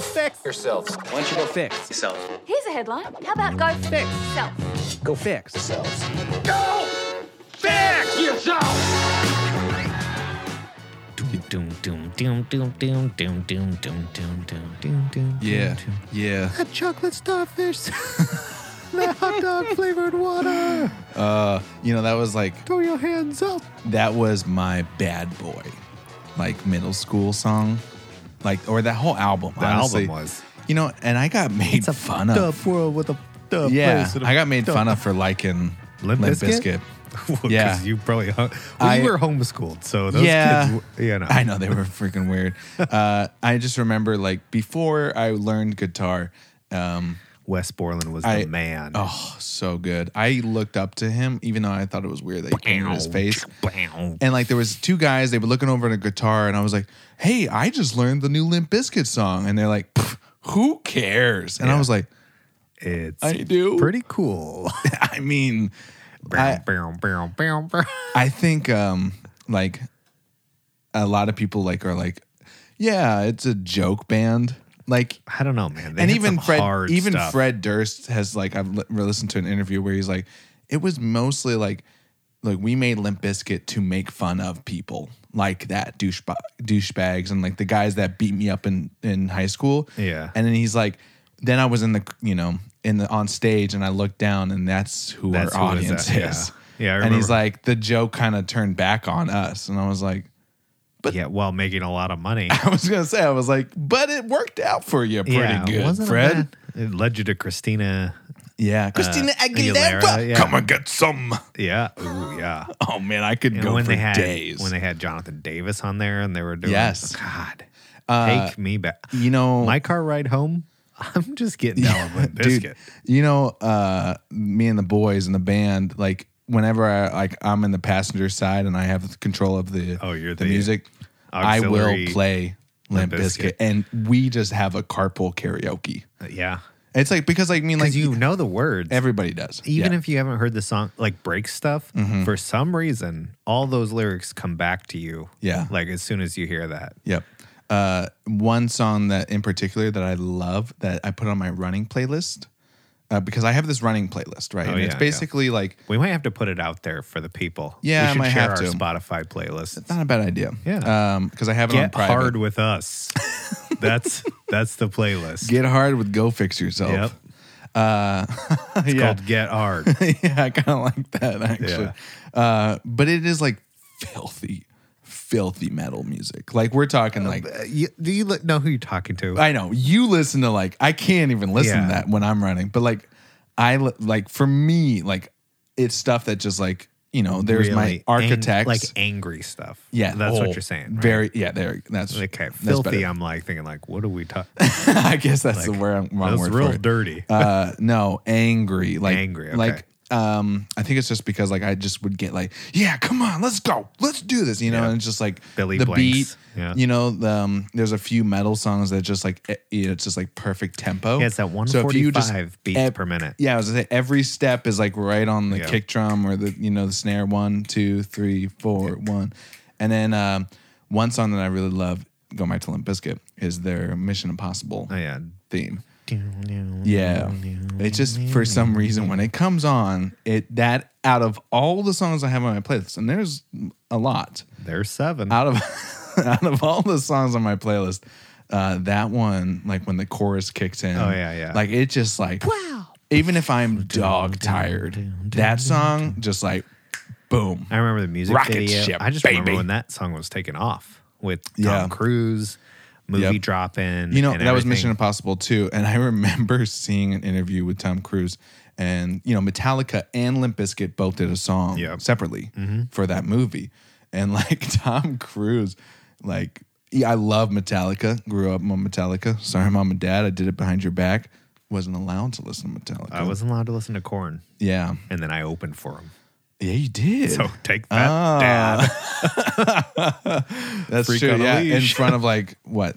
fix yourselves. Why don't you go fix Yourself. Here's a headline. How about go fix self? Go fix. Yourselves. Doom, doom, doom, doom, doom, doom, doom, doom, doom, doom, doom, doom. Yeah, yeah. that chocolate starfish. that hot dog flavored water. Uh, you know that was like Throw your hands up. that was my bad boy, like middle school song, like or that whole album. The album honestly. was. You know, and I got made fun of. Tough world with a tough Yeah, place. and a I got made tough- fun of for liking Limp Limp, Bizkit? Bizkit. Well, 'cause Yeah. you probably hung- well, you I- were homeschooled, so those yeah, kids, w- you know, I know they were freaking weird. uh, I just remember like before I learned guitar, um, Wes Borland was I- the man. oh, so good. I looked up to him, even though I thought it was weird that he painted his face. Bow. And like there was two guys, they were looking over at a guitar, and I was like, "Hey, I just learned the new Limp Bizkit song," and they're like, "Pff, "Who cares?" And I Yeah. was like, it's "I do." pretty cool. I mean, I- Bow, bow, bow, bow, bow. I think um like a lot of people like are like, yeah, it's a joke band. Like I don't know, man. They and hit even some Fred hard even stuff. Fred Durst has like I've li- listened to an interview where he's like, it was mostly like like we made Limp Bizkit to make fun of people like that douchebag douchebags and like the guys that beat me up in in high school. Yeah. And then he's like, then I was in the you know in the on stage and I looked down and that's who That's our who was audience that, yeah. is. Yeah, I and he's remember. like, the joke kind of turned back on us, and I was like, yeah, while making a lot of money. I was gonna say, I was like, but it worked out for you pretty yeah, good, wasn't Fred. Bad. It led you to Christina. Yeah, Christina Aguilera. Uh, Aguilera, yeah. Come and get some. Yeah, ooh, yeah. Oh man, I could And go when for they had days. when they had Jonathan Davis on there, and they were doing Yes. God, Uh, take me back. you know, My car ride home. I'm just getting down with biscuit. dude, you know, uh, me and the boys in the band, like whenever I like I'm in the passenger side and I have the control of the Oh, you're the, the music, I will auxiliary play Limp Limp Bizkit. Bizkit, and we just have a carpool karaoke. Yeah, It's like because like I mean like because you know the words. everybody does even Yeah. Mm-hmm. if you haven't heard the song, like break stuff, for some reason, all those lyrics come back to you. Yeah. like as soon as you hear that. Yep. Uh, one song that in particular that I love that I put on my running playlist uh, because I have this running playlist, right? Oh, and it's yeah, yeah. basically like We might have to put it out there for the people. Yeah, we I should might share have our to. Spotify playlist. not a bad idea. Yeah. Because I have it on Get private. hard with us. that's that's the playlist. Get hard with Go Fix Yourself. yep. Uh, It's yeah. called Get Hard. yeah, I kind of like that actually. Uh, but it is like filthy, filthy metal music. Like we're talking like. you, do you li- know who you're talking to? I know you listen to like I can't even listen Yeah. to that when I'm running, but like I li- like for me like it's stuff that just like you know there's my Really ang- architects like angry stuff. yeah that's oh, what you're saying. right? very yeah there that's okay. that's Filthy. better. I'm like thinking like, what are we talking? I guess that's like, the word I'm wrong That's word real for it. dirty. uh no angry like Angry, okay. like um I think it's just because like I just would get like yeah come on let's go let's do this you know Yeah. and it's just like Billy the Blanks. beat Yeah. you know the, um, there's a few metal songs that just like it, it's just like perfect tempo Yeah, it's that So if you 145 just- beats ev- per minute. yeah I was gonna say every step is like right on the Yeah. kick drum or the you know the snare one two three four one and then um one song that I really love go back to Limp Bizkit is their Mission Impossible Oh yeah. theme. Yeah. It just for some reason when it comes on, it that out of all the songs I have on my playlist, and there's a lot. There's seven. Out of out of all the songs on my playlist, uh, that one, like when the chorus kicks in. Oh, yeah, yeah. Like it just like wow. Even if I'm dog tired, that song just like boom. I remember the music Rocket video. ship, I just remember baby. when that song was taken off with Tom Yeah. Cruise, movie Yep. drop in. You know, that and was everything. Mission Impossible too. And I remember seeing an interview with Tom Cruise and, you know, Metallica and Limp Bizkit both did a song Yep. Mm-hmm. separately for that movie. And like Tom Cruise, like, yeah, I love Metallica, grew up on Metallica. Sorry, mom and dad, I did it behind your back. Wasn't allowed to listen to Metallica. I wasn't allowed to listen to Corn, Yeah. and then I opened for him. Yeah, you did. So take that, Ah. Dad. That's freak true. on a Yeah. In leash. front of like, what,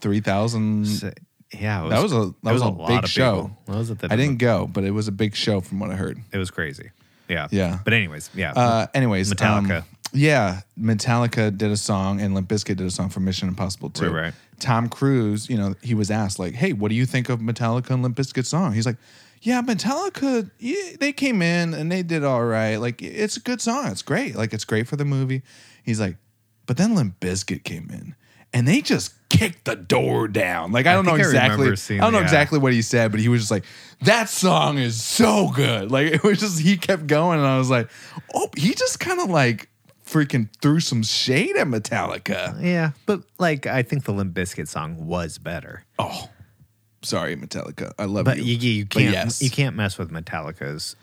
3,000? So, yeah, it That was a that, it was, a, lot big of show. people. That was at the I didn't go, but it was a big show from what I heard. It was crazy. Yeah. Yeah. But anyways, yeah. Uh, anyways, um, Metallica. Yeah, Metallica did a song and Limp Bizkit did a song for Mission Impossible 2. Right, right. Tom Cruise, you know, he was asked like, "Hey, what do you think of Metallica and Limp Bizkit's song?" He's like, "Yeah, Metallica, yeah, they came in and they did all right. Like, it's a good song. It's great. Like, it's great for the movie." He's like, "But then Limp Bizkit came in and they just kicked the door down." Like, I don't know think I exactly. remember seeing- I don't know yeah. exactly what he said, but he was just like, "That song is so good." Like, it was just he kept going, and I was like, "Oh, he just kind of like." freaking threw some shade at Metallica. Yeah, but like I think the Limp Bizkit song was better. Oh, sorry, Metallica. I love But you. you, you, you But can't yes. you can't mess with Metallica's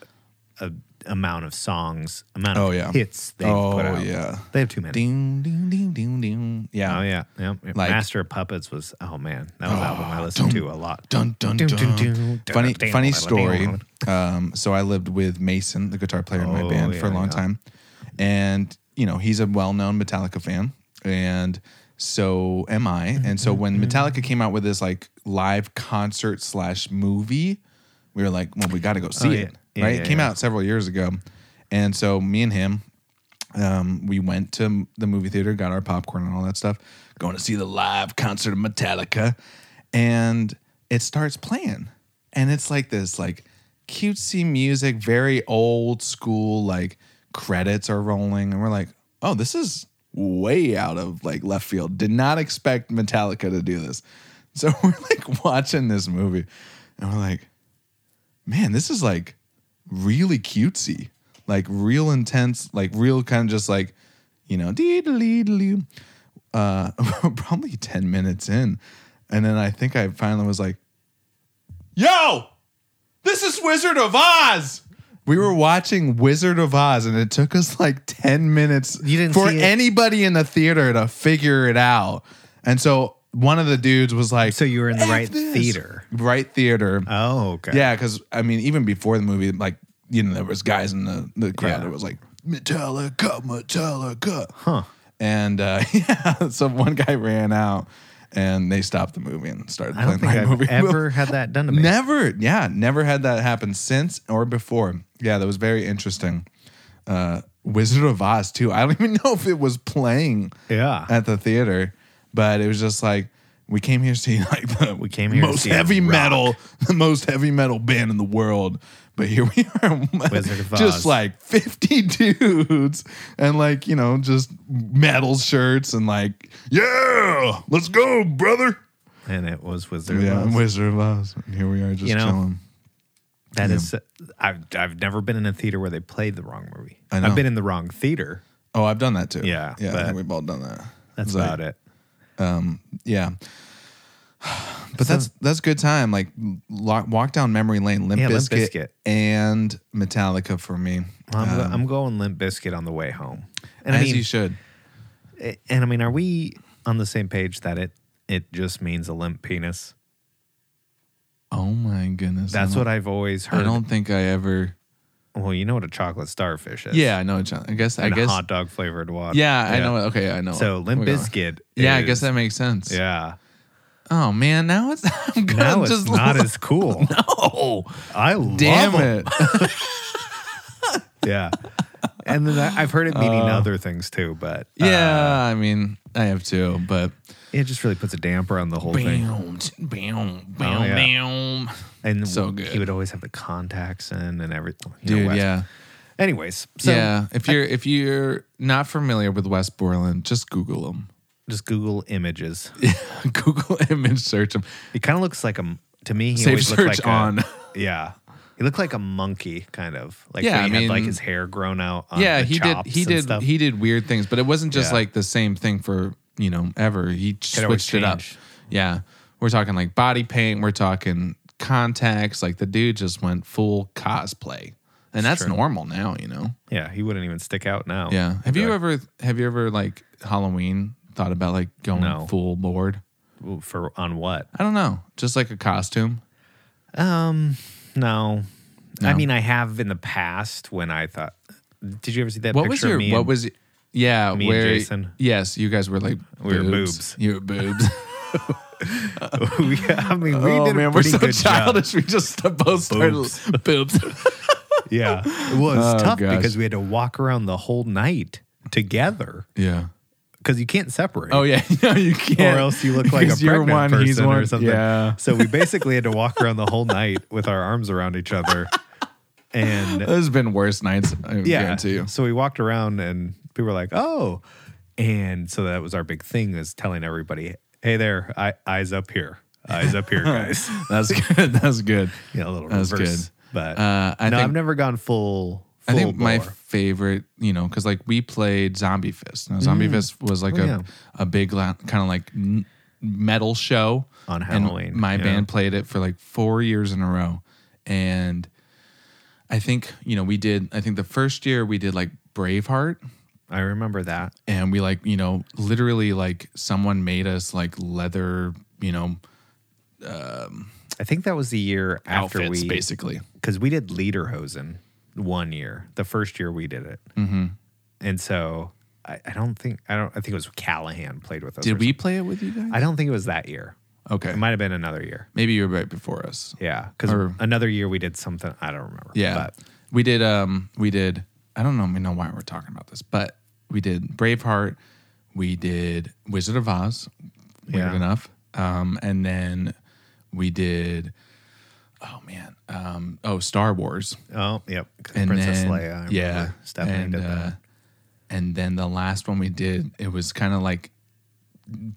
uh amount of songs, amount of Oh, yeah. hits they Oh, put out. yeah. They have too many. Ding, ding, ding, ding, ding. Yeah. Oh yeah, yeah. Like- Ah, Master of Puppets was oh man, that was an album I listened to a lot. Dun, dun, Dun, dun. dun, dun. funny, Dun, dun, dun, funny dun, story. dun. Um, so I lived with Mason, the guitar player in my Oh, band, for a yeah, long yeah. time, and you know he's a well-known Metallica fan, and so am Mm-hmm, I. And so when Metallica came out with this like live concert slash movie, we were like, well, we got to go see Oh, yeah. it, Yeah, right? yeah, it came yeah. out several years ago, and so me and him, um, we went to the movie theater, got our popcorn and all that stuff, going to see the live concert of Metallica, and it starts playing, and it's like this like cutesy music, very old school, like credits are rolling, and we're like, oh, this is way out of like left field. Did not expect Metallica to do this, so we're like watching this movie, and we're like man, this is like really cutesy, like real intense, like real kind of just like, you know, dee-dee-dee-dee. Uh, probably 10 minutes in. And then I think I finally was like, yo, this is Wizard of Oz. We were watching Wizard of Oz and it took us like 10 minutes You didn't for see it? anybody in the theater to figure it out. And so one of the dudes was like, So you were in the "F right this." theater. Right theater. Oh okay. Yeah, because I mean, even before the movie, like you know, there was guys in the, the crowd Yeah. that was like Metallica, Metallica, Huh. and uh, yeah, so one guy ran out, and they stopped the movie and started I don't playing think my I've movie. ever had that done to me. Never, yeah, never had that happen since or before. Yeah, that was very interesting. Uh, Wizard of Oz too. I don't even know if it was playing Yeah. at the theater, but it was just like we came here to see like the we came here to most see heavy rock. metal, the most heavy metal band in the world. But here we are, Wizard of just Oz. like fifty dudes, and like you know, just metal shirts, and like yeah, let's go, brother. and it was Wizard. Yeah, Yeah, Wizard of Oz. And Here we are, just You know, chilling. that is. uh, I've I've never been in a theater where they played the wrong movie. I know. I've been in the wrong theater. Oh, I've done that too. Yeah, yeah, I but- think we've all done that. That's It's like- about it. Yeah. But that's that's good time. Like lo- walk down memory lane, Limp, Yeah, Limp Bizkit, Bizkit. and Metallica for me. Uh, I'm, I'm going Limp Biscuit on the way home. And um, as I mean, you should. and I mean, are we on the same page that it it just means a limp penis? Oh my goodness. That's I what I've always I heard. don't think I ever. well, you know what a chocolate starfish is. Yeah, I know. John. I guess. I and guess. hot dog flavored water. yeah, I know. it. Okay, I know. So it. Limp Okay. Bizkit. Yeah, I is- guess that makes sense. Yeah. Oh man, now it's. I'm gonna Now it's just not as cool. Oh, I love damn 'em. it. Yeah. And then I- I've heard it meaning other things too, but uh, yeah, I mean, I have too, but. it just really puts a damper on the whole thing. Bam, t- bam, bam, Oh, yeah. bam. And So good. he would always have the contacts in and everything. you know, Dude, West- yeah. Anyways, so yeah, if you're if you're not familiar with West Borland, just Google him. just Google images. Google image search him. He kind of looks like a m- to me. He Save always looked search like on. A, yeah, he looked like a monkey, kind of like Yeah, when I he had like mean- his hair grown out. On yeah, the he did chops he and did stuff. he did weird things, but it wasn't just Yeah. like the same thing for, you know, ever. He always switched it up. change. Yeah. We're talking like body paint, we're talking contacts, like the dude just went full cosplay. And that's true. normal now, you know. yeah, he wouldn't even stick out now. Yeah. Have He'd be you like, ever have you ever like Halloween thought about like going No. full board? "Ooh, for on what? I don't know. Just like a costume. Um, no. I No. mean, I have in the past when I thought. Did you ever see that? What picture was Of your me what and- was yeah, me and where Jason? Yes, you guys were like We were boobs. You were boobs. yeah, I mean, we did a Oh, we're pretty so good job. childish. We just both started Boobs. boobs. Yeah, it was Oh, tough gosh. because we had to walk around the whole night. together Yeah. because you can't separate. Oh yeah. No, you can't. Or else you look like a Because you're pregnant one, person he's or one. something. Yeah. So we basically had to walk around the whole night with our arms around each other. And There's been worse nights. I yeah. guarantee you. So we walked around and people were like, oh. And so that was our big thing is telling everybody, hey there, I, eyes up here. Eyes up here, guys. That's good. That's good. yeah, a little That's reverse. good. But Uh, I no, think- I've never gone full, I full think my bore. favorite, you know, because like we played Zombie Fist. Now, Zombie Fist was like Oh, a, yeah. a big kind of like n- metal show On And Halloween, my yeah. band played it for like four years in a row, and I think you know we did. I think the first year we did like Braveheart, I remember that. and we like you know literally like someone made us like leather you know I think that was the year after outfits we basically. because we did Lederhosen one year, the first year we did it, mm-hmm. and so I, I don't think I don't I think it was Callahan played with us. or Did we something. play it with you guys? I don't think it was that year. okay, It might have been another year. maybe you were right before us. Yeah, because Or- another year we did something I don't remember. Yeah. but We did um we did I don't know we know why we're talking about this, but we did Braveheart, we did Wizard of Oz, weird Yeah. enough. Um and then we did oh man, um oh Star Wars. oh yep, 'cause And Princess then- Leia. I remember yeah. Stephanie and, did that. uh, and then the last one we did, it was kind of like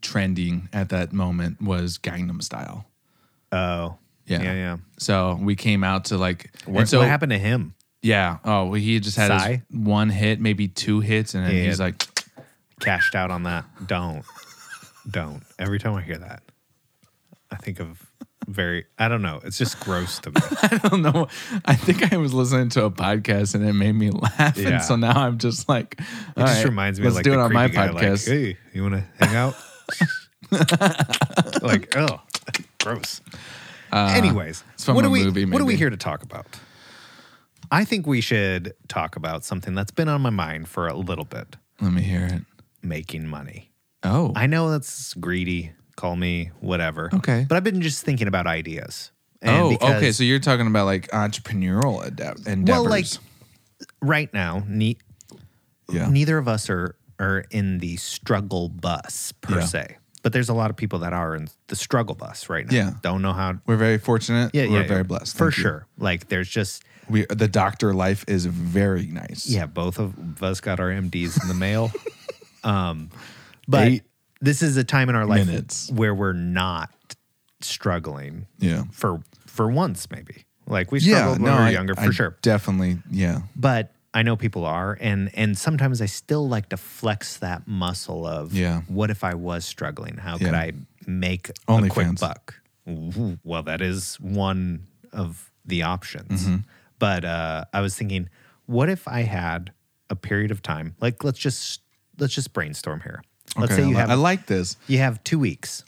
trending at that moment was Gangnam Style. Oh Yeah. yeah yeah. So we came out to like and What, so, what happened to him? Yeah. Oh, well, he just had his Sigh? one hit, maybe two hits, and then Yeah. he's like, Cashed out on that. Don't don't. Every time I hear that, I think of very. I don't know. It's just gross to me. I don't know. I think I was listening to a podcast and it made me laugh, Yeah. and so now I'm just like, it It just reminds me let's of like do the it on my creepy guy, podcast. Like, hey, you want to hang out? like, oh, gross. Anyways, Uh, it's from what a are we? movie, What are we maybe. here to talk about? I think we should talk about something that's been on my mind for a little bit: Let me hear it. making money. Oh, I know that's greedy. Call me whatever. Okay. but I've been just thinking about ideas. And oh, because- okay. So you're talking about like entrepreneurial ade- endeavors. Well, like right now, ne- Yeah. neither of us are are in the struggle bus per Yeah. se. But there's a lot of people that are in the struggle bus right now. Yeah. Don't know how we're very fortunate. yeah, we're yeah, very yeah. blessed For Thank you. sure. Like there's just We the doctor life is very nice. yeah, both of us got our MDs in the mail. um but Eight this is a time in our life minutes. where we're not struggling yeah, for for once maybe. Like we yeah. struggled when No, we were I- younger for I sure. Definitely, yeah. but I know people are, and and sometimes I still like to flex that muscle of, Yeah. what if I was struggling? How could Yeah. I make Only a quick fans. buck? Ooh, well, that is one of the options. Mm-hmm. But uh, I was thinking, what if I had a period of time? Like, let's just let's just brainstorm here. Let's Okay, say you I li- have I like this. you have two weeks,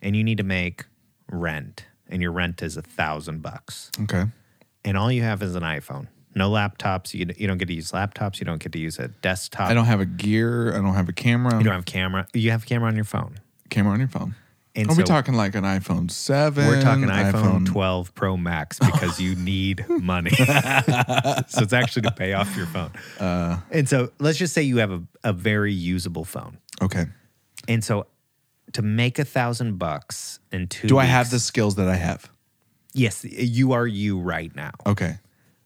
and you need to make rent, and your rent is a thousand bucks Okay. and all you have is an iPhone. No laptops. You, you don't get to use laptops. You don't get to use a desktop. I don't have a gear. I don't have a camera. You don't have camera. You have a camera on your phone. camera on your phone. And Are we so- talking like an iPhone 7? We're talking iPhone, 12 Pro Max because you need money. so it's actually to pay off your phone. Uh. and so let's just say you have a, a very usable phone. Okay. And so to make a thousand bucks in two Do I have weeks- the skills that I have? Yes, you are you right now. Okay.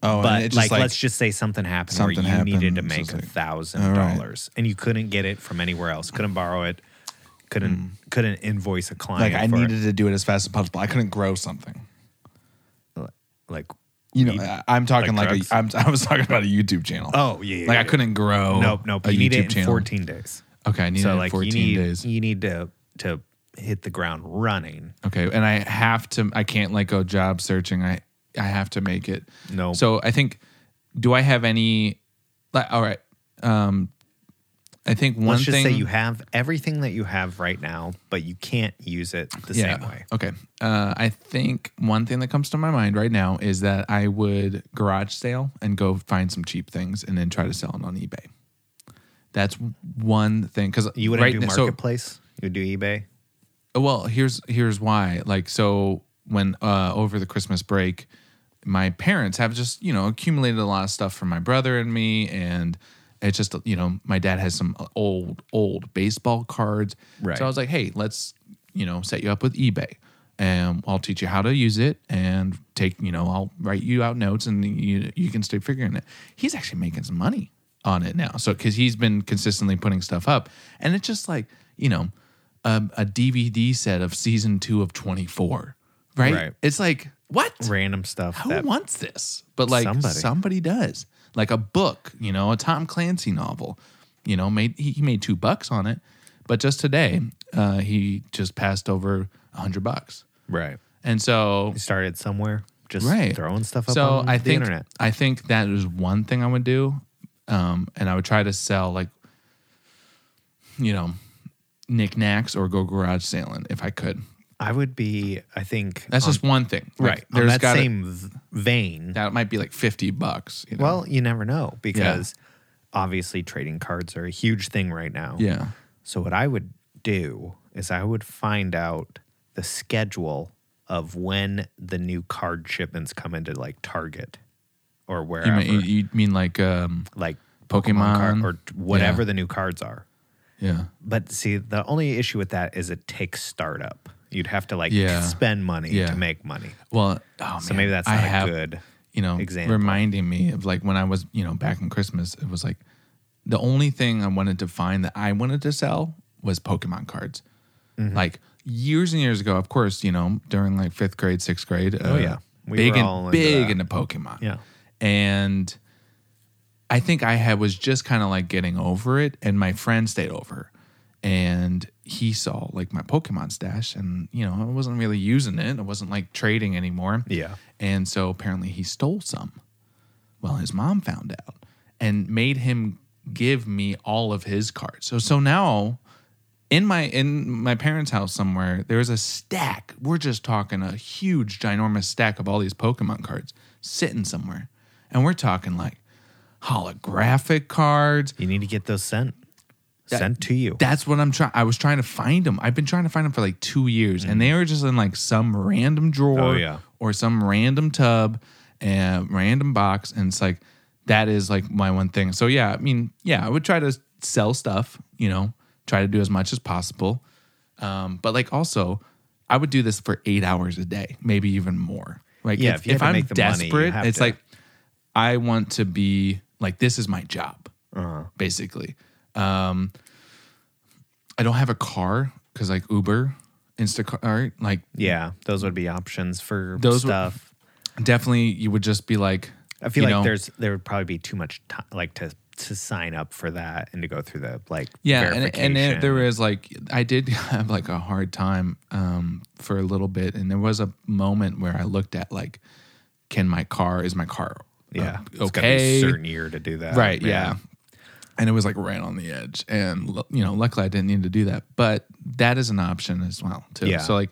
Oh, but and it's like, just like, let's just say something happened Something where you happened, needed to it's make just a like, thousand all right. dollars and you couldn't get it from anywhere else couldn't borrow it couldn't couldn't invoice a client like I for it. needed to do it as fast as possible. I couldn't grow something. like You know, weed. I- I'm talking Like like, drugs? a, I'm, I was talking about a YouTube channel. oh yeah, yeah like yeah. I couldn't grow. nope nope A you need YouTube it in channel. 14 days Okay, I need so it in like 14 you need days. you need to to hit the ground running Okay, and I have to. I can't like go job searching. I I have to make it. No. So I think. Do I have any? Like, all right. Um, I think one let's just thing. say you have everything that you have right now but you can't use it the same way Okay. Uh, I think one thing that comes to my mind right now is that I would garage sale and go find some cheap things and then try to sell them on eBay. That's one thing because you wouldn't right do now- so- marketplace you would do ebay well here's here's why like so when uh over the christmas break my parents have just you know accumulated a lot of stuff for my brother and me and It's just you know my dad has some old old baseball cards. Right. So I was like, hey, let's you know set you up with eBay, and I'll teach you how to use it, and take you know I'll write you out notes, and you you can start figuring it. He's actually making some money on it now, so because he's been consistently putting stuff up, and it's just like you know um, a DVD set of season two of Twenty Four, right? Right. It's like what Random stuff. who that, wants this? But like Somebody. somebody. does. Like a book, you know, a Tom Clancy novel. You know, made he, he made two bucks on it, but just today uh, he just passed over a hundred bucks, Right. and so You started somewhere, just right throwing stuff up so on I the think, internet. I think that is one thing I would do, um, and I would try to sell like, you know, knickknacks or go garage sailing if I could. I would be, I think, That's on- just one thing, right. Like, there's on that gotta- same v- vein. that might be like fifty bucks. You know? Well, you never know because obviously trading cards are a huge thing right now. yeah. So what I would do is I would find out the schedule of when the new card shipments come into like Target or You wherever, mean, you, you mean like um like Pokemon. or whatever Yeah. the new cards are. yeah But see, the only issue with that is it takes startup. You'd have to like Yeah. spend money Yeah. to make money. well oh, So man, maybe that's I not a have, good. you know example. reminding me of like when I was you know back in Christmas it was like the only thing I wanted to find that I wanted to sell was Pokemon cards Mm-hmm. like years and years ago of course you know during like fifth grade sixth grade oh yeah. We big were all and into big that. into Pokemon Yeah. and I think I had was just kind of like getting over it, and my friend stayed over, and he saw like my Pokemon stash, and you know I wasn't really using it, I wasn't like trading anymore, Yeah. and so apparently he stole some. Well, his mom found out and made him give me all of his cards. So so now in my in my parents' house somewhere, there's a stack. We're just talking a huge, ginormous stack of all these Pokemon cards sitting somewhere, and we're talking like holographic cards. You need to get those sent sent to you. That's what I'm trying. I was trying to find them. I've been trying to find them for like two years, and they were just in like some random drawer Mm. Oh, yeah. or some random tub and random box. And it's like that is like my one thing. So yeah, I mean, yeah, I would try to sell stuff. You know, try to do as much as possible. Um, but like also, I would do this for eight hours a day, maybe even more. Like Yeah, if, if you had if to I'm make the money, you desperate, have it's to. like I want to be like this is my job, Uh-huh. basically. Um, I don't have a car because like Uber, Instacart, like Yeah, those would be options for Those would- stuff. definitely you would just be like, I feel you like know, there's there would probably be too much time, like to to sign up for that and to go through the like yeah, and and verification. it, there is like I did have like a hard time um for a little bit, and there was a moment where I looked at like, can my car is my car yeah uh, it's gotta be a okay certain year to do that right yeah. and it was like right on the edge and lu- you know luckily i didn't need to do that but that is an option as well too Yeah. so like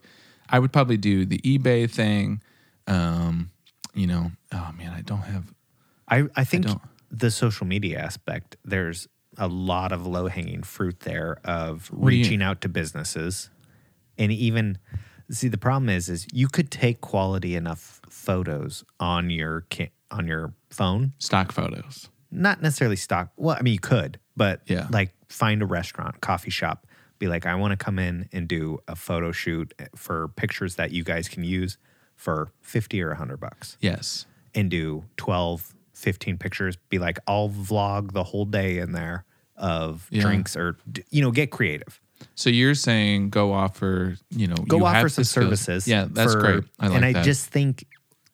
i would probably do the ebay thing um you know oh man i don't have I I think don't- the social media aspect there's a lot of low hanging fruit there of do you- reaching out to businesses and even see the problem is is you could take quality enough photos on your ca- on your phone stock photos not necessarily stock. Well, I mean, you could, but Yeah. like find a restaurant, coffee shop, be like, I want to come in and do a photo shoot for pictures that you guys can use for 50 or 100 bucks yes and do 12, 15 pictures. Be like, I'll vlog the whole day in there of Yeah. drinks or, d- you know, get creative. so you're saying go offer you know Go you offer have some the skills. services. yeah that's for- great i like and I that just think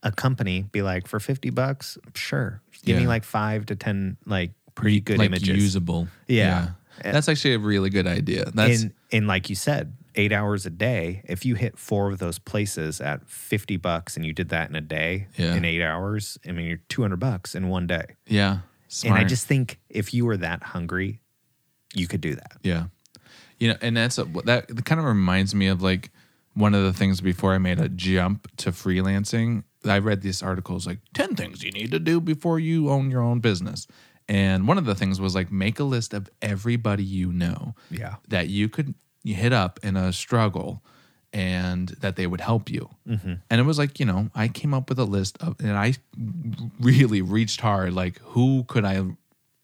a company be like, for 50 bucks, sure. Give me Yeah. like five to 10, like, pretty good like images. usable Yeah. that's actually a really good idea that's and and like you said, eight hours a day. If you hit four of those places at fifty bucks, and you did that in a day, Yeah. in eight hours, I mean, you're two hundred bucks in one day. yeah smart. And I just think if you were that hungry, you could do that. Yeah. You know, and that's a, that kind of reminds me of like one of the things before I made a jump to freelancing. I read this article it's like 10 things you need to do before you own your own business. And one of the things was like make a list of everybody you know Yeah. that you could hit up in a struggle and that they would help you. And it was like, you know, I came up with a list of, and I really reached hard, like, who could I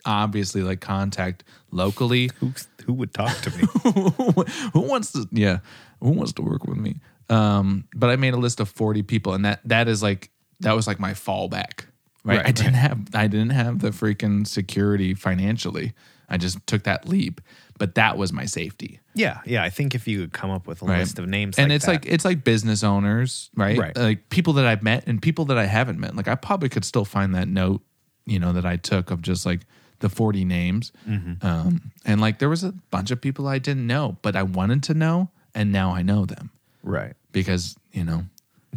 obviously like contact locally. Who who would talk to me? who wants to yeah who wants to work with me um but i made a list of 40 people and that that is like that was like my fallback right, i didn't have i didn't have the freaking security financially i just took that leap but that was my safety yeah, yeah. I think if you could come up with a right? list of names, and like it's that- like it's like business owners right? Right. like people that i've met and people that i haven't met like i probably could still find that note you know that i took of just like the 40 names Mm-hmm. um, and like there was a bunch of people i didn't know but i wanted to know and now i know them right because you know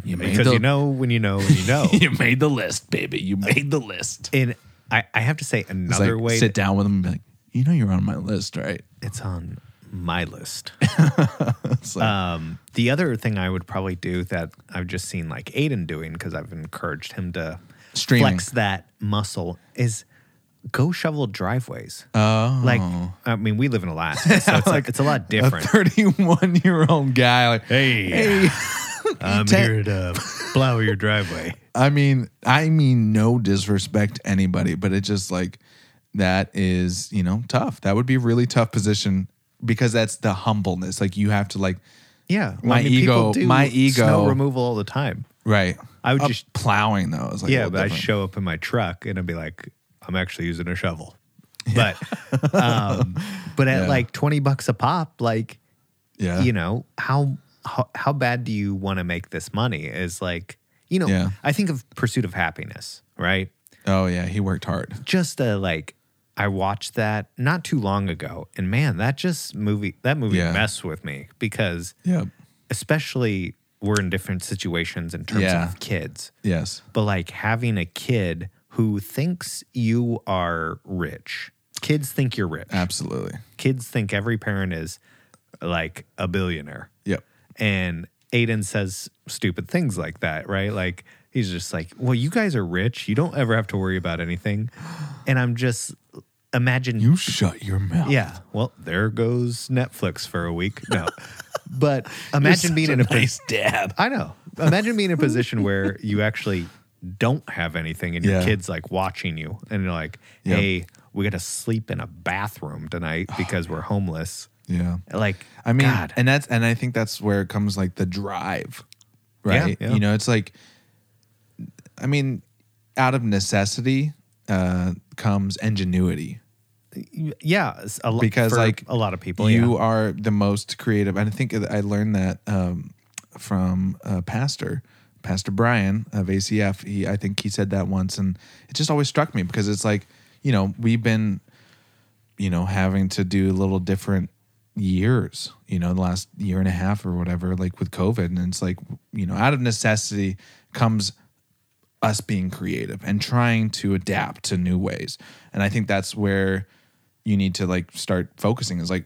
you made because the, you know when you know when you know. you made the list baby you made the list and I, I have to say It's another like, way. sit down with them and be like you know you're on my list right It's on my list. it's like Um, the other thing I would probably do that I've just seen like Aiden doing because I've encouraged him to Streaming. flex that muscle is go shovel driveways. oh like, I mean, we live in Alaska, so it's, like, it's a lot a different. 31 year old guy like hey, I'm Ten- here to plow your driveway. I mean, I mean, no disrespect to anybody, but it just like that is, you know, tough. That would be a really tough position because that's the humbleness. Like you have to like, Yeah, well, My people ego- do my ego- Snow removal all the time. right? I would Up just- plowing though. Is like a yeah, little but I different. show up in my truck and I'd be like, I'm actually using a shovel. But um, but at Yeah. like 20 bucks a pop, like yeah, you know, how how, how bad do you want to make this money is like, you know, Yeah. I think of pursuit of happiness, right? Oh yeah, he worked hard. Just a like I watched that not too long ago and man, that just movie that movie Yeah. messed with me because Yeah. especially we're in different situations in terms Yeah. of kids Yes. but like having a kid who thinks you are rich. Kids think you're rich. Absolutely. Kids think every parent is like a billionaire. Yep. And Aiden says stupid things like that, right? Like he's just like, "Well, you guys are rich. You don't ever have to worry about anything." And I'm just imagine You shut your mouth. yeah. Well, there goes Netflix for a week. No. but imagine being in a place. dad. I know. Imagine being in a position where you actually don't have anything and your Yeah. kid's like watching you and you're like, Yep. hey, we got to sleep in a bathroom tonight because we're homeless. Yeah. Like, Oh, I mean, God. and that's and I think that's where it comes like the drive, right? Yeah, yeah. You know, it's like, I mean, out of necessity uh, comes ingenuity yeah, it's a lot, because for like a lot of people, you yeah. are the most creative. And I think I learned that um, from a pastor, Pastor Brian of ACF. He, I think he said that once, and it just always struck me because it's like, you know, we've been you know, having to do little different years, you know, the last year and a half or whatever, like with COVID. And it's like, you know, out of necessity comes us being creative and trying to adapt to new ways. And I think that's where you need to like start focusing is like,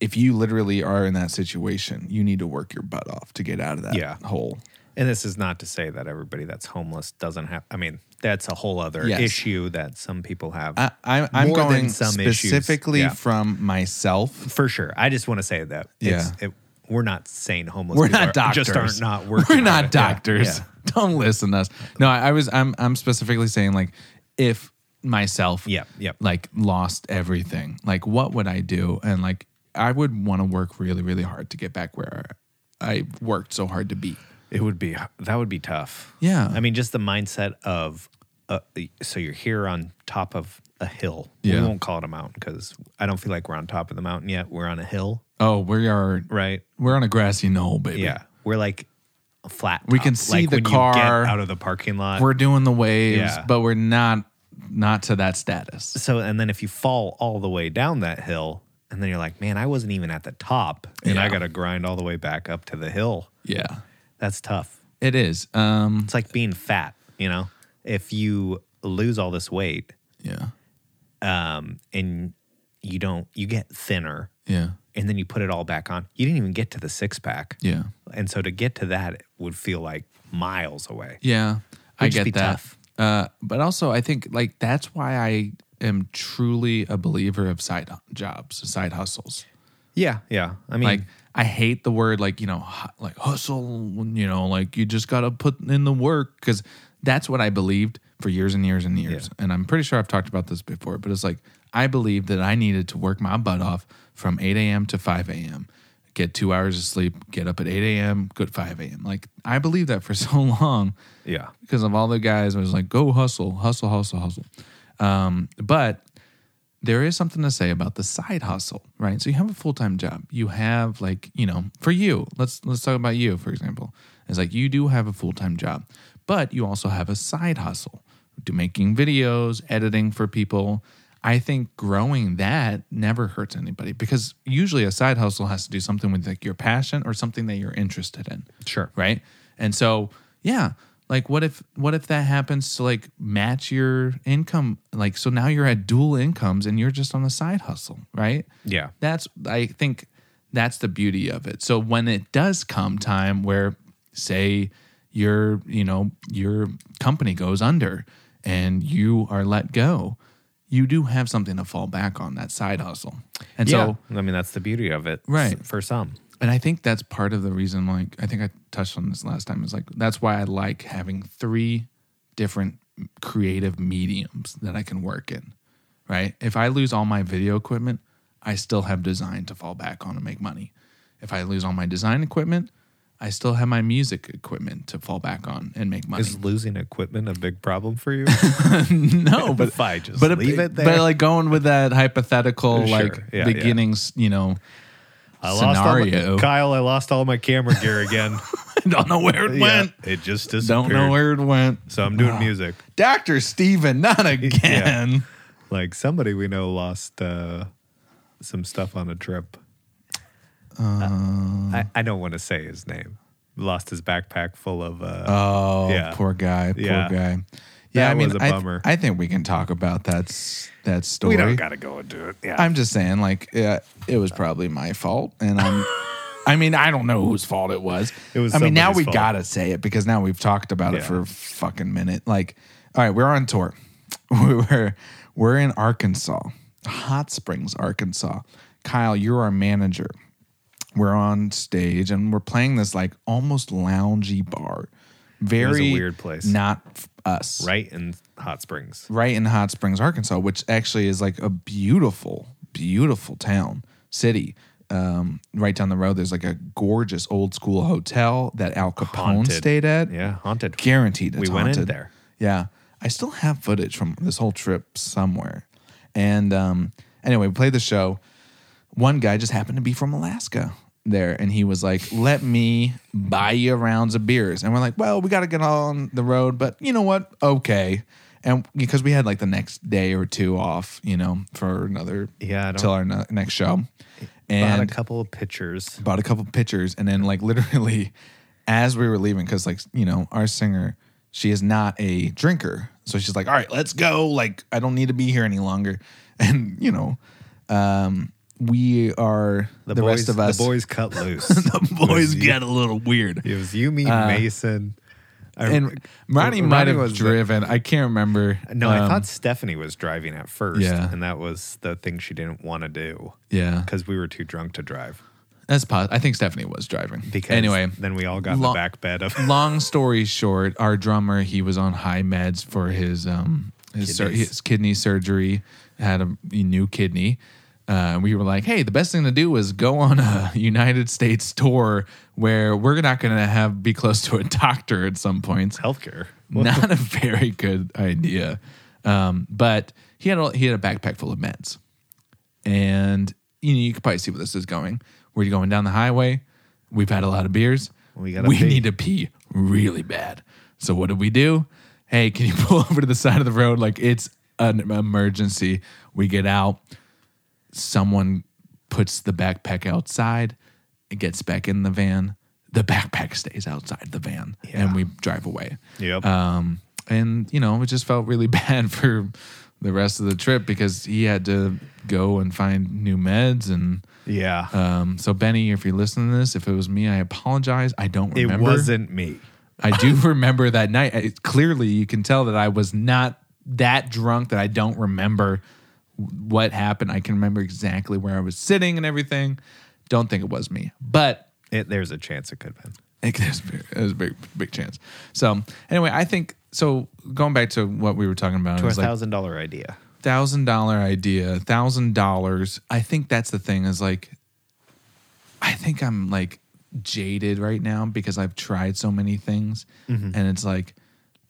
if you literally are in that situation, you need to work your butt off to get out of that Yeah. hole. and this is not to say that everybody that's homeless doesn't have, I mean, that's a whole other Yes. issue that some people have. I, I, I'm More than going some issues. specifically Yeah. from myself. for sure. I just want to say that it's, it, we're not saying homeless We're people not are- doctors. just aren't not working. We're on not it. Yeah, doctors. yeah. Don't listen to us. No, I, I was. I'm. I'm specifically saying like, if myself, Yep, yep. like lost everything, like what would I do? And like, I would want to work really, really hard to get back where I worked so hard to be. It would be that would be tough. Yeah. I mean, just the mindset of uh, so you're here on top of a hill. Yeah. We won't call it a mountain because I don't feel like we're on top of the mountain yet. We're on a hill, Oh, we are. right? We're on a grassy knoll, baby. Yeah, we're like a flat. We top. can see Like, the when You car. get out of the parking lot. We're doing the waves, Yeah. but we're not not to that status. so and then if you fall all the way down that hill, and then you're like, man, I wasn't even at the top, and I Yeah. got to grind all the way back up to the hill. Yeah, That's tough. it is. Um. It's like being fat. You know, if you lose all this weight Yeah. um, and you don't you get thinner Yeah. and then you put it all back on you didn't even get to the six pack Yeah. and so to get to that it would feel like miles away Yeah, I Would just get be that. tough. Uh, but also, I think like that's why I am truly a believer of side hu- jobs, side hustles. yeah yeah i mean Like I hate the word like you know hu- like hustle. You know, like you just gotta put in the work because that's what I believed for years and years and years. Yeah. And I'm pretty sure I've talked about this before, but it's like I believed that I needed to work my butt off from 8 a.m. to 5 a.m., get two hours of sleep, get up at 8 a.m., good 5 a.m. Like I believed that for so long Yeah. because of all the guys I was like, go hustle, hustle, hustle, hustle. Um, but there is something to say about the side hustle, right? So you have a full time job. You have like, you know, for you, let's let's talk about you, for example. It's like you do have a full time job, but you also have a side hustle. Do making videos, editing for people. I think growing that never hurts anybody because usually a side hustle has to do something with like your passion or something that you're interested in Sure. right and so yeah like what if what if that happens to like match your income like so now you're at dual incomes and you're just on the side hustle right Yeah. that's i think that's the beauty of it so when it does come time where say your you know your company goes under and you are let go you do have something to fall back on that side hustle and so I mean, that's the beauty of it. s- Right. For some. and I think that's part of the reason, like, I think I touched on this last time, is like, that's why I like having three different creative mediums that I can work in, right? If I lose all my video equipment, I still have design to fall back on and make money. If I lose all my design equipment, I still have my music equipment to fall back on and make money. Is losing equipment a big problem for you? no, but if I just but a- leave it there. But like going with that hypothetical, Sure. like Yeah, yeah. beginnings, you know, I Lost all scenario. my, Kyle, I lost all my camera gear again. I don't know where it went. Yeah, it just Don't disappeared. know where it went. Ah. So I'm doing music. Dr. Steven, not again. Like somebody we know lost uh, some stuff on a trip. Uh. I, I don't want to say his name. Lost his backpack full of. Uh, Oh, Yeah. poor guy. Poor Yeah. guy. Yeah, That I mean, was a I- bummer. I, think we can talk about that, s- that story. we don't got to go into it. Yeah. I'm just saying, like, yeah, it was probably my fault. And I'm, I mean, I don't know whose fault it was. It was I mean, now somebody's we fault. got to say it because now we've talked about it Yeah. for a fucking minute. Like, all right, we're on tour. We were, we're in Arkansas, Hot Springs, Arkansas. Kyle, you're our manager. We're on stage and we're playing this like almost loungy bar. Very weird place. Not f- us right in Hot Springs. right in Hot Springs, Arkansas, which actually is like a beautiful, beautiful town, city. Um, right down the road, there's like a gorgeous old school hotel that Al Capone Haunted. stayed at. Yeah, haunted. guaranteed. It's We went in haunted. there. Yeah, I still have footage from this whole trip somewhere. And um, anyway, we played the show. One guy just happened to be from Alaska there, and he was like, "Let me buy you rounds of beers." And we're like, "Well, we got to get on the road, but you know what? Okay." And because we had like the next day or two off, you know, for another Yeah, I don't- till our ne- next show, and Bought a couple of pictures. bought a couple pictures and then like literally as we were leaving because like you know our singer she is not a drinker so she's like all right let's go like i don't need to be here any longer and you know um we are the, rest of us The boys cut loose. the boys get a little weird it was you, me, Mason. I- and ronnie might Ronnie have was the- driven i can't remember No, I Um, thought Stephanie was driving at first, Yeah. and that was the thing she didn't want to do yeah because we were too drunk to drive. that's pos- i think stephanie was driving Because anyway then we all got in lo- the back bed of long story short, our drummer he was on high meds for his um his, sur- Kidneys. his kidney surgery, had a new kidney. Uh, we were like, hey, the best thing to do is go on a United States tour where we're not going to have be close to a doctor at some points. healthcare. Not a very good idea. Um, but he had a, he had a backpack full of meds, and you know you could probably see where this is going. We're going down the highway. We've had a lot of beers. We gotta we pee. need to pee really bad. So what did we do? Hey, can you pull over to the side of the road? Like it's an emergency. We get out. Someone puts the backpack outside. It gets back in the van. The backpack stays outside the van, and we drive away. Yep. Um, and you know, it just felt really bad for the rest of the trip because he had to go and find new meds. And yeah. um, so, Benny, if you're listening to this, if it was me, I apologize. I don't it remember. wasn't me. I do remember that night. It, clearly, you can tell that I was not that drunk that I don't remember what happened. I can remember exactly where I was sitting and everything. Don't think it was me, but It, there's a chance it could have been. It is big- it is a big, big chance. So anyway, I think so. Going back to what we were talking about, it to our was like thousand dollar idea. thousand dollar idea, thousand dollars. I think that's the thing. Is like, I think I'm like jaded right now because I've tried so many things, Mm-hmm. and it's like,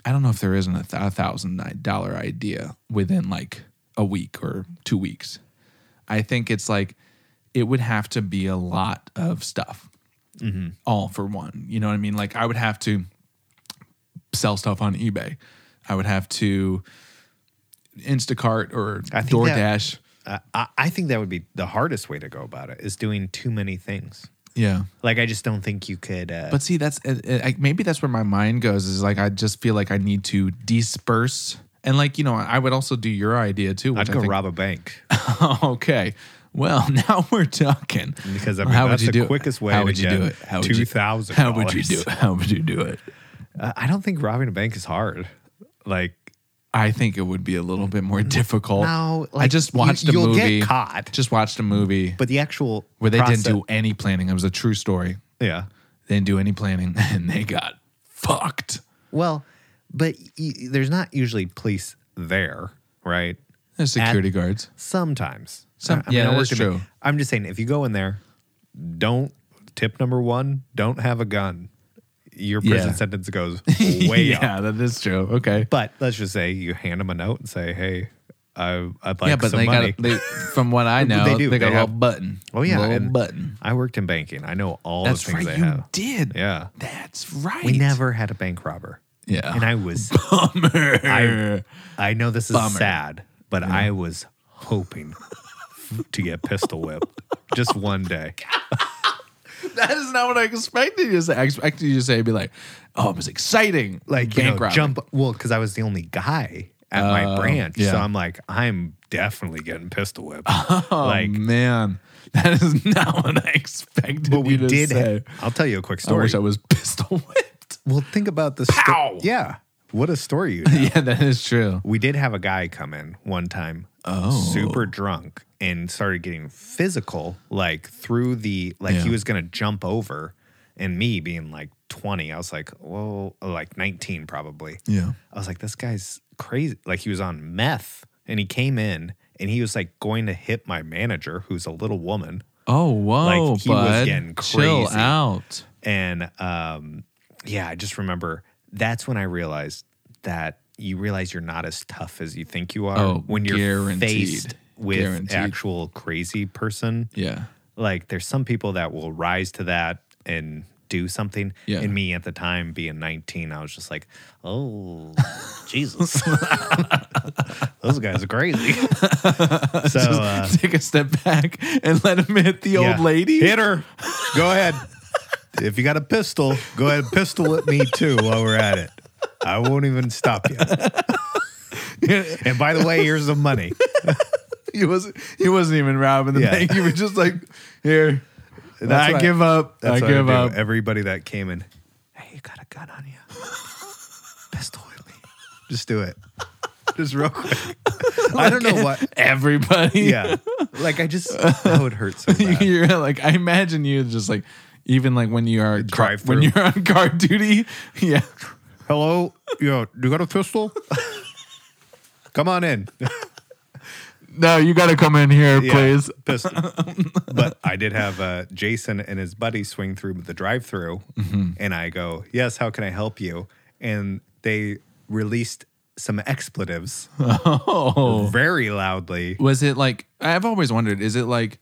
I don't know if there isn't a thou- thousand dollar idea within like a week or two weeks. I think it's like it would have to be a lot of stuff Mm-hmm. all for one. You know what I mean? Like I would have to sell stuff on eBay. I would have to Instacart or I think that- DoorDash. I, I- I think that would be the hardest way to go about it is doing too many things. yeah. Like I just don't think you could. Uh, But see, that's it, it, like, maybe that's where my mind goes. Is like I just feel like I need to disperse, and like you know, I would also do your idea too. Which I'd I go think- rob a bank okay. Well, now we're talking. because I mean, How would that's you the do it? quickest way. How to would you get do it? How would you- Two thousand. How would you do it? How would you do it? Uh, I don't think robbing a bank is hard. Like I think it would be a little bit more difficult. No, I like, just watched you- a you'll movie. get caught. Just watched a movie, but the actual where they process- didn't do any planning. It was a true story. yeah. They didn't do any planning, and they got fucked. Well, but y- there's not usually police there, right? There's security At- guards. Sometimes. Some- yeah, I that's worked in- true. I'm just saying, if you go in there, don't tip number one, don't have a gun. Your prison Yeah. sentence goes way up. yeah, that is true. Okay. But let's just say you hand them a note and say, "Hey, I I'd like yeah, but some they money." got they, from what I know, They do. got They a have- little button. oh yeah, little and button. I worked in banking. I know all That's the things right. they you have. did. Yeah. That's right. We never had a bank robber. Yeah. and I was Bummer. I I know this is Bummer. sad, but I was hoping to get pistol whipped just one day. that is not what I expected you to say. I expected you to say, be like, oh, it was exciting. like you know, robbery. jump well because I was the only guy at my branch, Oh, yeah. Oh, so I'm like I'm definitely getting pistol whipped. like, man, that is not what I expected. but we you to did. Say. I'll tell you a quick I story. wish I was pistol whipped. well, think about this. Pow! yeah, what a story you. Have. yeah, that is true. We did have a guy come in one time, super drunk, and started getting physical, like through the like Yeah. he was gonna jump over, and me being like twenty, I was like, whoa, like nineteen probably. Yeah. I was like, this guy's crazy. Like he was on meth, and he came in, and he was like going to hit my manager, who's a little woman, Oh whoa, Like, he was bud. getting Chill crazy. out. and um, yeah, I just remember that's when I realized that you realize you're not as tough as you think you are Oh, when you're guaranteed. faced with Guaranteed. actual crazy person. Yeah. Like there's some people that will rise to that and do something. Yeah. And me at the time being 19, I was just like, oh, Jesus. Those guys are crazy. so uh, Take a step back and let him hit the yeah. old lady. Hit her. Go ahead. if you got a pistol, go ahead and pistol at me too while we're at it. I won't even stop you. and by the way, here's the money. He wasn't. He wasn't even robbing the Yeah. bank. He was just like, here. That's I what I- give up. I That's what give do. up. Everybody that came in, hey, you got a gun on you? pistol at me. Just do it. Just real quick. I don't know what. Everybody. Yeah. Like I just that would hurt so bad. You're like I imagine you just like even like when you are car, drive-thru. when you're on guard duty. Yeah. Hello, yo, you got a pistol? Come on in. No, you got to come in here, Yeah, please. pissed. but I did have uh, Jason and his buddy swing through the drive-through, Mm-hmm. and I go, "Yes, how can I help you?" And they released some expletives Oh. very loudly. Was it like I've always wondered? Is it like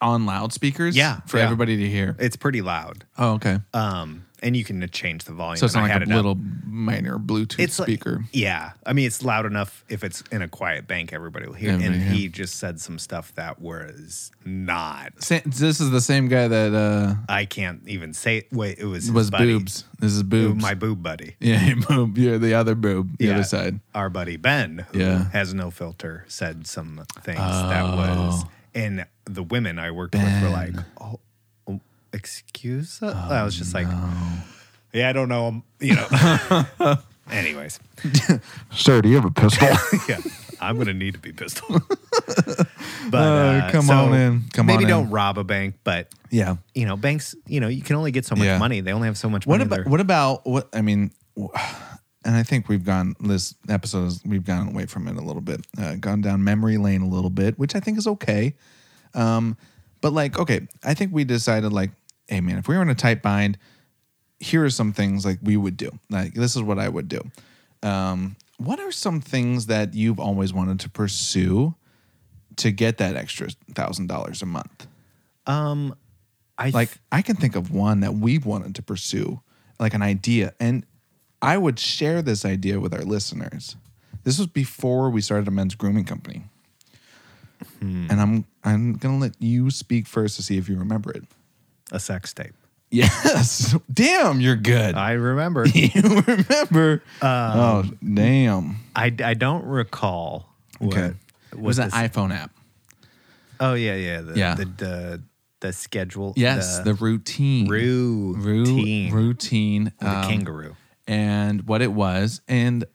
on loudspeakers? Yeah, for yeah. everybody to hear. It's pretty loud, Oh, okay. um, and you can change the volume. so it's and not I like had a it up. little minor Bluetooth it's like- speaker. yeah, I mean, it's loud enough if it's in a quiet bank, everybody will hear. Everybody, and yeah. he just said some stuff that was not. Sa- this is the same guy that uh, I can't even say. Wait, it was his was buddy. boobs. This is It was boobs. My boob buddy. yeah, boob. Yeah, the other boob, the Yeah. other side. our buddy Ben, who Yeah. Oh. has no filter, said some things that was, and the women I worked with were like, "Oh, oh, excuse?" us?" Oh, I was just like, "Yeah, I don't know." um, You know. Anyways, Sir, do you have a pistol? yeah, I'm gonna need to be pistol. but Uh, come on in. Come maybe on in. don't rob a bank, but Yeah. you know, banks. You know, you can only get so much Yeah. money. They only have so much What money. about there. what about what? I mean, w- and I think we've gone this episode. is- We've gone away from it a little bit, uh, gone down memory lane a little bit, which I think is okay. Um, but like, okay, I think we decided like, hey man, if we were in a tight bind, here are some things like we would do. Like this is what I would do. Um, what are some things that you've always wanted to pursue to get that extra thousand dollars a month? I th- like I can think of one that we wanted to pursue, like an idea, and I would share this idea with our listeners. This was before we started a men's grooming company, Hmm. and I'm I'm gonna let you speak first to see if you remember it. a sex tape. Yes, damn, you're good. I Um, remember. you remember? oh, damn. I, I don't recall. What, Okay, it what was an this- iPhone app. Oh yeah, yeah, the, Yeah. The, the the schedule. Yes, the, routine, Roo- Roo- routine. routine, the um, kangaroo. and what it was. And,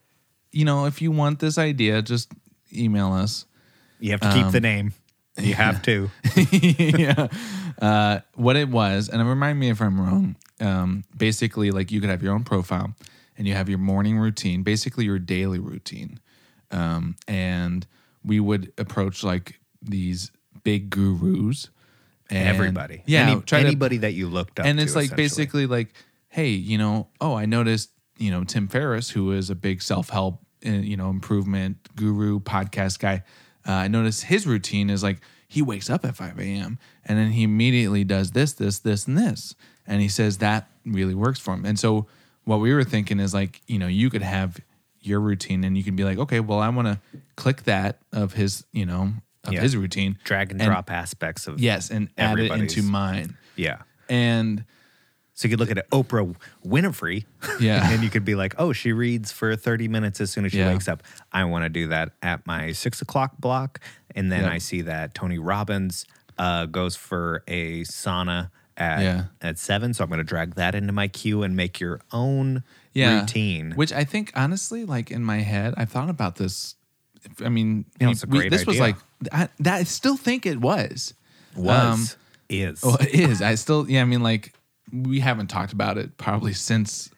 you know, if you want this idea, just email us. You have to keep um, the name. You have to. yeah. Uh, what it was, and remind me if I'm wrong. Um, basically, like you could have your own profile and you have your morning routine, basically your daily routine. Um, and we would approach like these big gurus. And, Everybody. Yeah. Any- try to- anybody that you looked up. and to, it's like essentially. basically like hey you know oh i noticed you know tim ferriss who is a big self-help uh, you know improvement guru podcast guy uh, i noticed his routine is like he wakes up at 5 a.m and then he immediately does this this this and this and he says that really works for him and so what we were thinking is like you know you could have your routine and you can be like okay well i want to click that of his you know of Yeah. his routine drag and, drop aspects of yes and add it into Everybody's. mine yeah. and So you could look at Oprah Winfrey. Yeah. and you could be like, oh, she reads for 30 minutes as soon as she Yeah. wakes up. I want to do that at my six o'clock block. And then I see that Tony Robbins uh, goes for a sauna at, Yeah. at seven. So I'm going to drag that into my queue and make your own routine. Which I think, honestly, like in my head, I've thought about this. I mean, You know, it's a great this was idea. like I, that. I still think it was. was, is. Oh, it is. I still, yeah. I mean, like we haven't talked about it probably since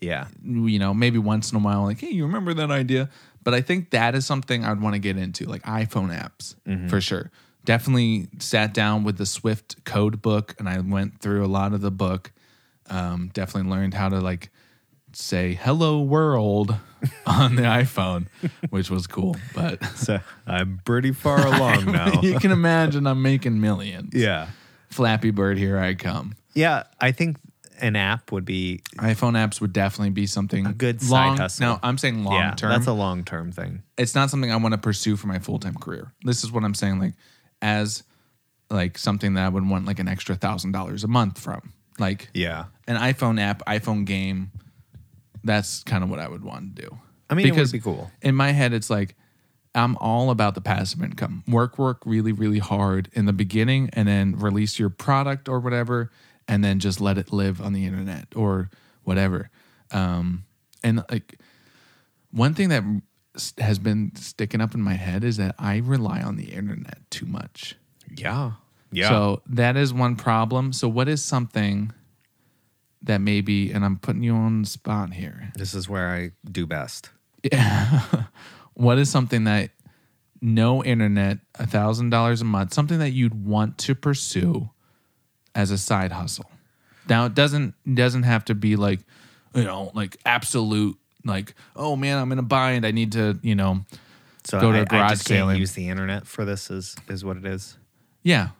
yeah. you know maybe once in a while. Like, hey, you remember that idea? But I think that is something I'd want to get into, like iPhone apps Mm-hmm. for sure. Definitely sat down with the Swift code book, and I went through a lot of the book. Um, definitely learned how to like say "Hello World" on the iPhone, which was cool. But So I'm pretty far along now. you can imagine I'm making millions. yeah. Flappy Bird, here I come. Yeah. I think an app would be, iPhone apps would definitely be something a good side long, hustle. No, I'm saying long yeah, term. that's a long term thing. it's not something I want to pursue for my full time career. This is what I'm saying, like as like something that I would want like an extra thousand dollars a month from, like Yeah. an iPhone app, iPhone game. That's kind of what I would want to do. I mean, it would be cool. In my head, it's like I'm all about the passive income. Work, work really, really hard in the beginning, and then release your product or whatever, and then just let it live on the internet or whatever. Um, and like one thing that s- has been sticking up in my head is that I rely on the internet too much. Yeah. Yeah. So that is one problem. So what is something that maybe, and I'm putting you on the spot here. This is where I do best. What is something that no internet, a thousand dollars a month, something that you'd want to pursue as a side hustle? Now it doesn't doesn't have to be like, you know, like absolute like, oh man, I'm in a bind. I need to, you know, So Go to I, a garage I just sale and- can't use the internet for this. Is is what it is. Yeah.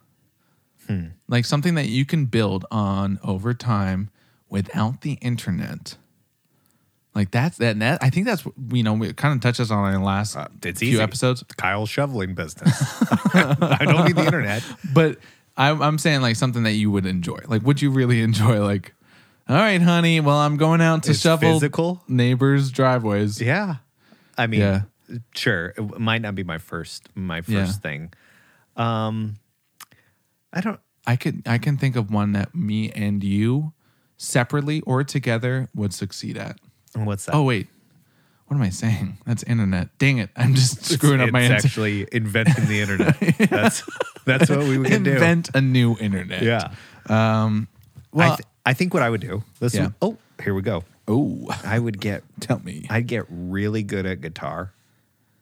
Hmm. Like something that you can build on over time without the internet. Like that's that, that I think that's you know we kind of touched us on in the last Uh, It's few easy. episodes, Kyle shoveling business. I don't need the internet. but I, I'm saying like something that you would enjoy. Like, would you really enjoy? Like, all right, honey, well I'm going out to It's shovel physical? neighbors' driveways. Yeah. I mean, Yeah. sure. It might not be my first my first Yeah. thing. Um, I don't. I could I can think of one that me and you separately or together would succeed at. What's that? Oh wait. What am I saying? That's internet. Dang it. I'm just screwing up it's my answer. actually inventing the internet. That's that's what we can do. Invent a new internet. Yeah. I, Well, th- I think what I would do. This Yeah. one- oh, here we go. oh, I would get tell me. I'd get really good at guitar,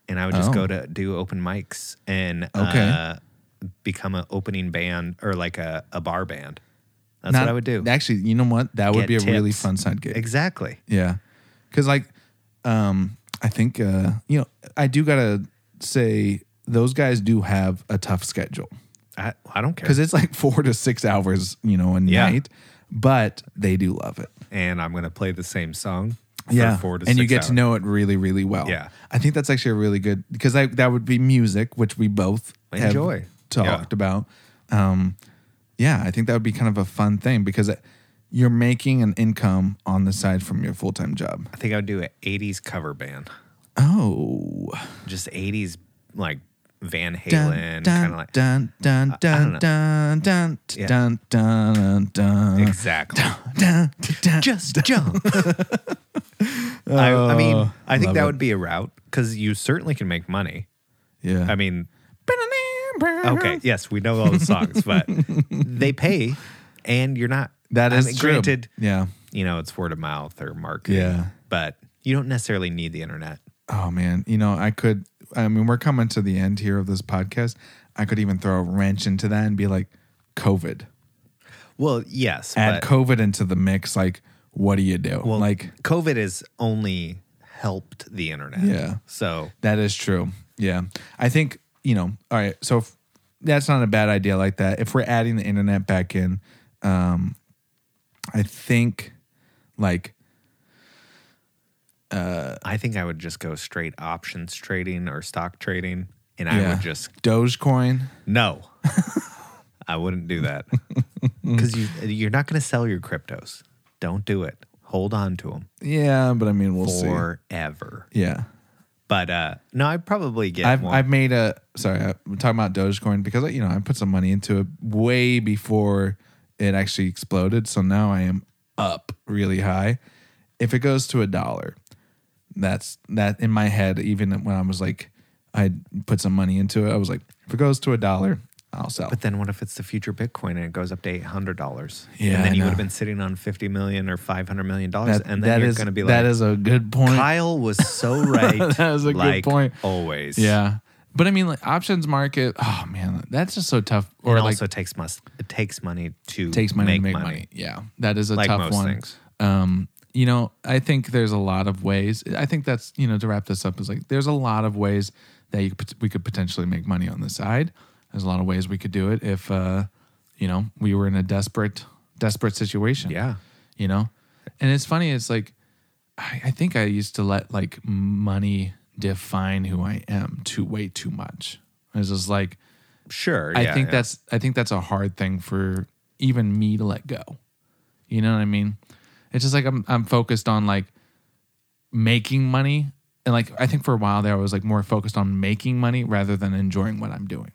and I would just Oh. go to do open mics and Okay. uh, become an opening band or like a, a bar band. That's Not- what I would do. Actually, you know what? That would Get be a really tips. fun side gig. exactly. Yeah. Cause like um I think uh you know, I do gotta say those guys do have a tough schedule. I, I don't care. Cause it's like four to six hours, you know, a Yeah. night. But they do love it. and I'm gonna play the same song. For Yeah. Four to and you six get hours. to know it really, really well. Yeah. I think that's actually a really good because like that would be music, which we both have Enjoy. talked Yeah. about. Um yeah, I think that would be kind of a fun thing because you're making an income on the side from your full time job. I think I would do an '80s cover band, Oh, just '80s like Van Halen, kind of like dun dun dunno. dun dun dun t- Yeah. dun dun dun exactly. dun t- dun. just jump. I, I mean, I think Oh, love that it. would be a route because you certainly can make money. Yeah, I mean, Uh-huh. okay, yes, we know all the songs, but they pay, and you're not. that I is mean, true. Granted, Yeah. you know it's word of mouth or marketing. Yeah. but you don't necessarily need the internet. Oh man, you know I could. I mean, we're coming to the end here of this podcast. I could even throw a wrench into that and be like, COVID. Well, yes, Add but, COVID into the mix. Like, what do you do? well, like COVID has only helped the internet. Yeah. so That is true. Yeah. I think, you know, all right. So if, that's not a bad idea like that. If we're adding the internet back in, um, I think like, I think I would just go straight options trading or stock trading, and I yeah, would just Dogecoin. No, I wouldn't do that because you you're not going to sell your cryptos. Don't do it. Hold on to them Yeah. But I mean, we'll forever. see. Yeah. But uh, no, I'd probably get I've, more. I've made a, sorry, I'm talking about Dogecoin because, you know, I put some money into it way before it actually exploded. So now I am up really high. If it goes to a dollar, that's that in my head even when i was like i put some money into it i was like if it goes to a dollar i'll sell but then what if it's the future Bitcoin and it goes up to eight hundred dollars? Yeah, and then I you know. would have been sitting on fifty million or five hundred million dollars, and then that you're is- going to be like, that is a good point Kyle was so right. That is a good like point. Always, yeah but i mean like options market oh man that's just so tough Or or it like also takes must it takes money to takes money make to make money. money. yeah that is a Like tough most one things. um you know i think there's a lot of ways i think that's you know to wrap this up is like there's a lot of ways that you could, we could potentially make money on the side there's a lot of ways we could do it if uh you know we were in a desperate desperate situation Yeah. you know and it's funny it's like i, I think i used to let like money define who i am too way too much it's just like Sure, I yeah, think yeah. that's I think that's a hard thing for even me to let go. You know what I mean? It's just like I'm I'm focused on like making money and like I think for a while there I was like more focused on making money rather than enjoying what I'm doing.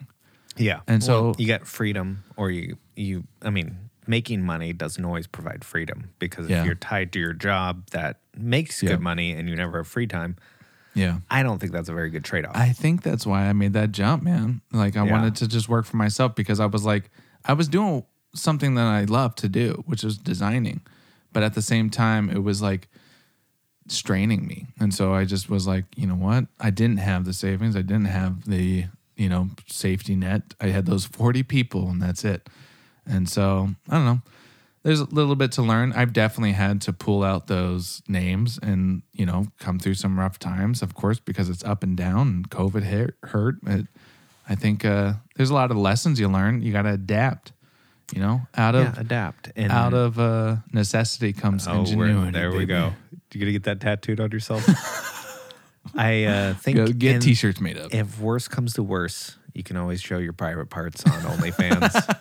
Yeah. And so- you get freedom or you you I mean, making money doesn't always provide freedom because Yeah. if you're tied to your job that makes Yeah. good money and you never have free time, Yeah. I don't think that's a very good trade off. I think that's why I made that jump, man. Like I Yeah. wanted to just work for myself because I was like I was doing something that I love to do, which was designing. But at the same time, it was like straining me. And so I just was like, you know what? I didn't have the savings. I didn't have the, you know, safety net. I had those 40 people and that's it. And so, I don't know. There's a little bit to learn. I've definitely had to pull out those names and, you know, come through some rough times, of course, because it's up and down and COVID hit, hurt. It, I think uh, there's a lot of lessons you learn. You got to adapt, you know, out of yeah, adapt and out of uh, necessity comes oh, we're- ingenuity. there we baby. go. You gonna get that tattooed on yourself? I uh, think Go get in- t-shirts made up. if worse comes to worse, you can always show your private parts on OnlyFans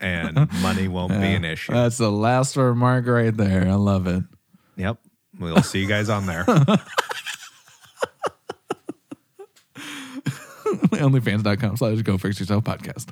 and money won't be an issue. That's the last remark right there. I love it. Yep. We'll see you guys on there. Onlyfans.com slash go fix yourself podcast.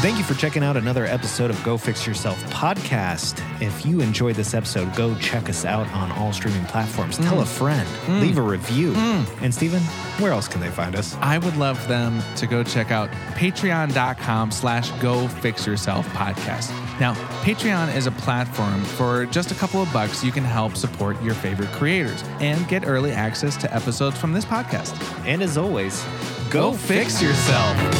Thank you for checking out another episode of Go Fix Yourself podcast. If you enjoyed this episode, go check us out on all streaming platforms. Mm. Tell a friend, leave a review. And Steven, where else can they find us? I would love them to go check out patreon.com slash go fix yourself podcast. Now, Patreon is a platform for just a couple of bucks you can help support your favorite creators and get early access to episodes from this podcast. And as always, Go fix yourself.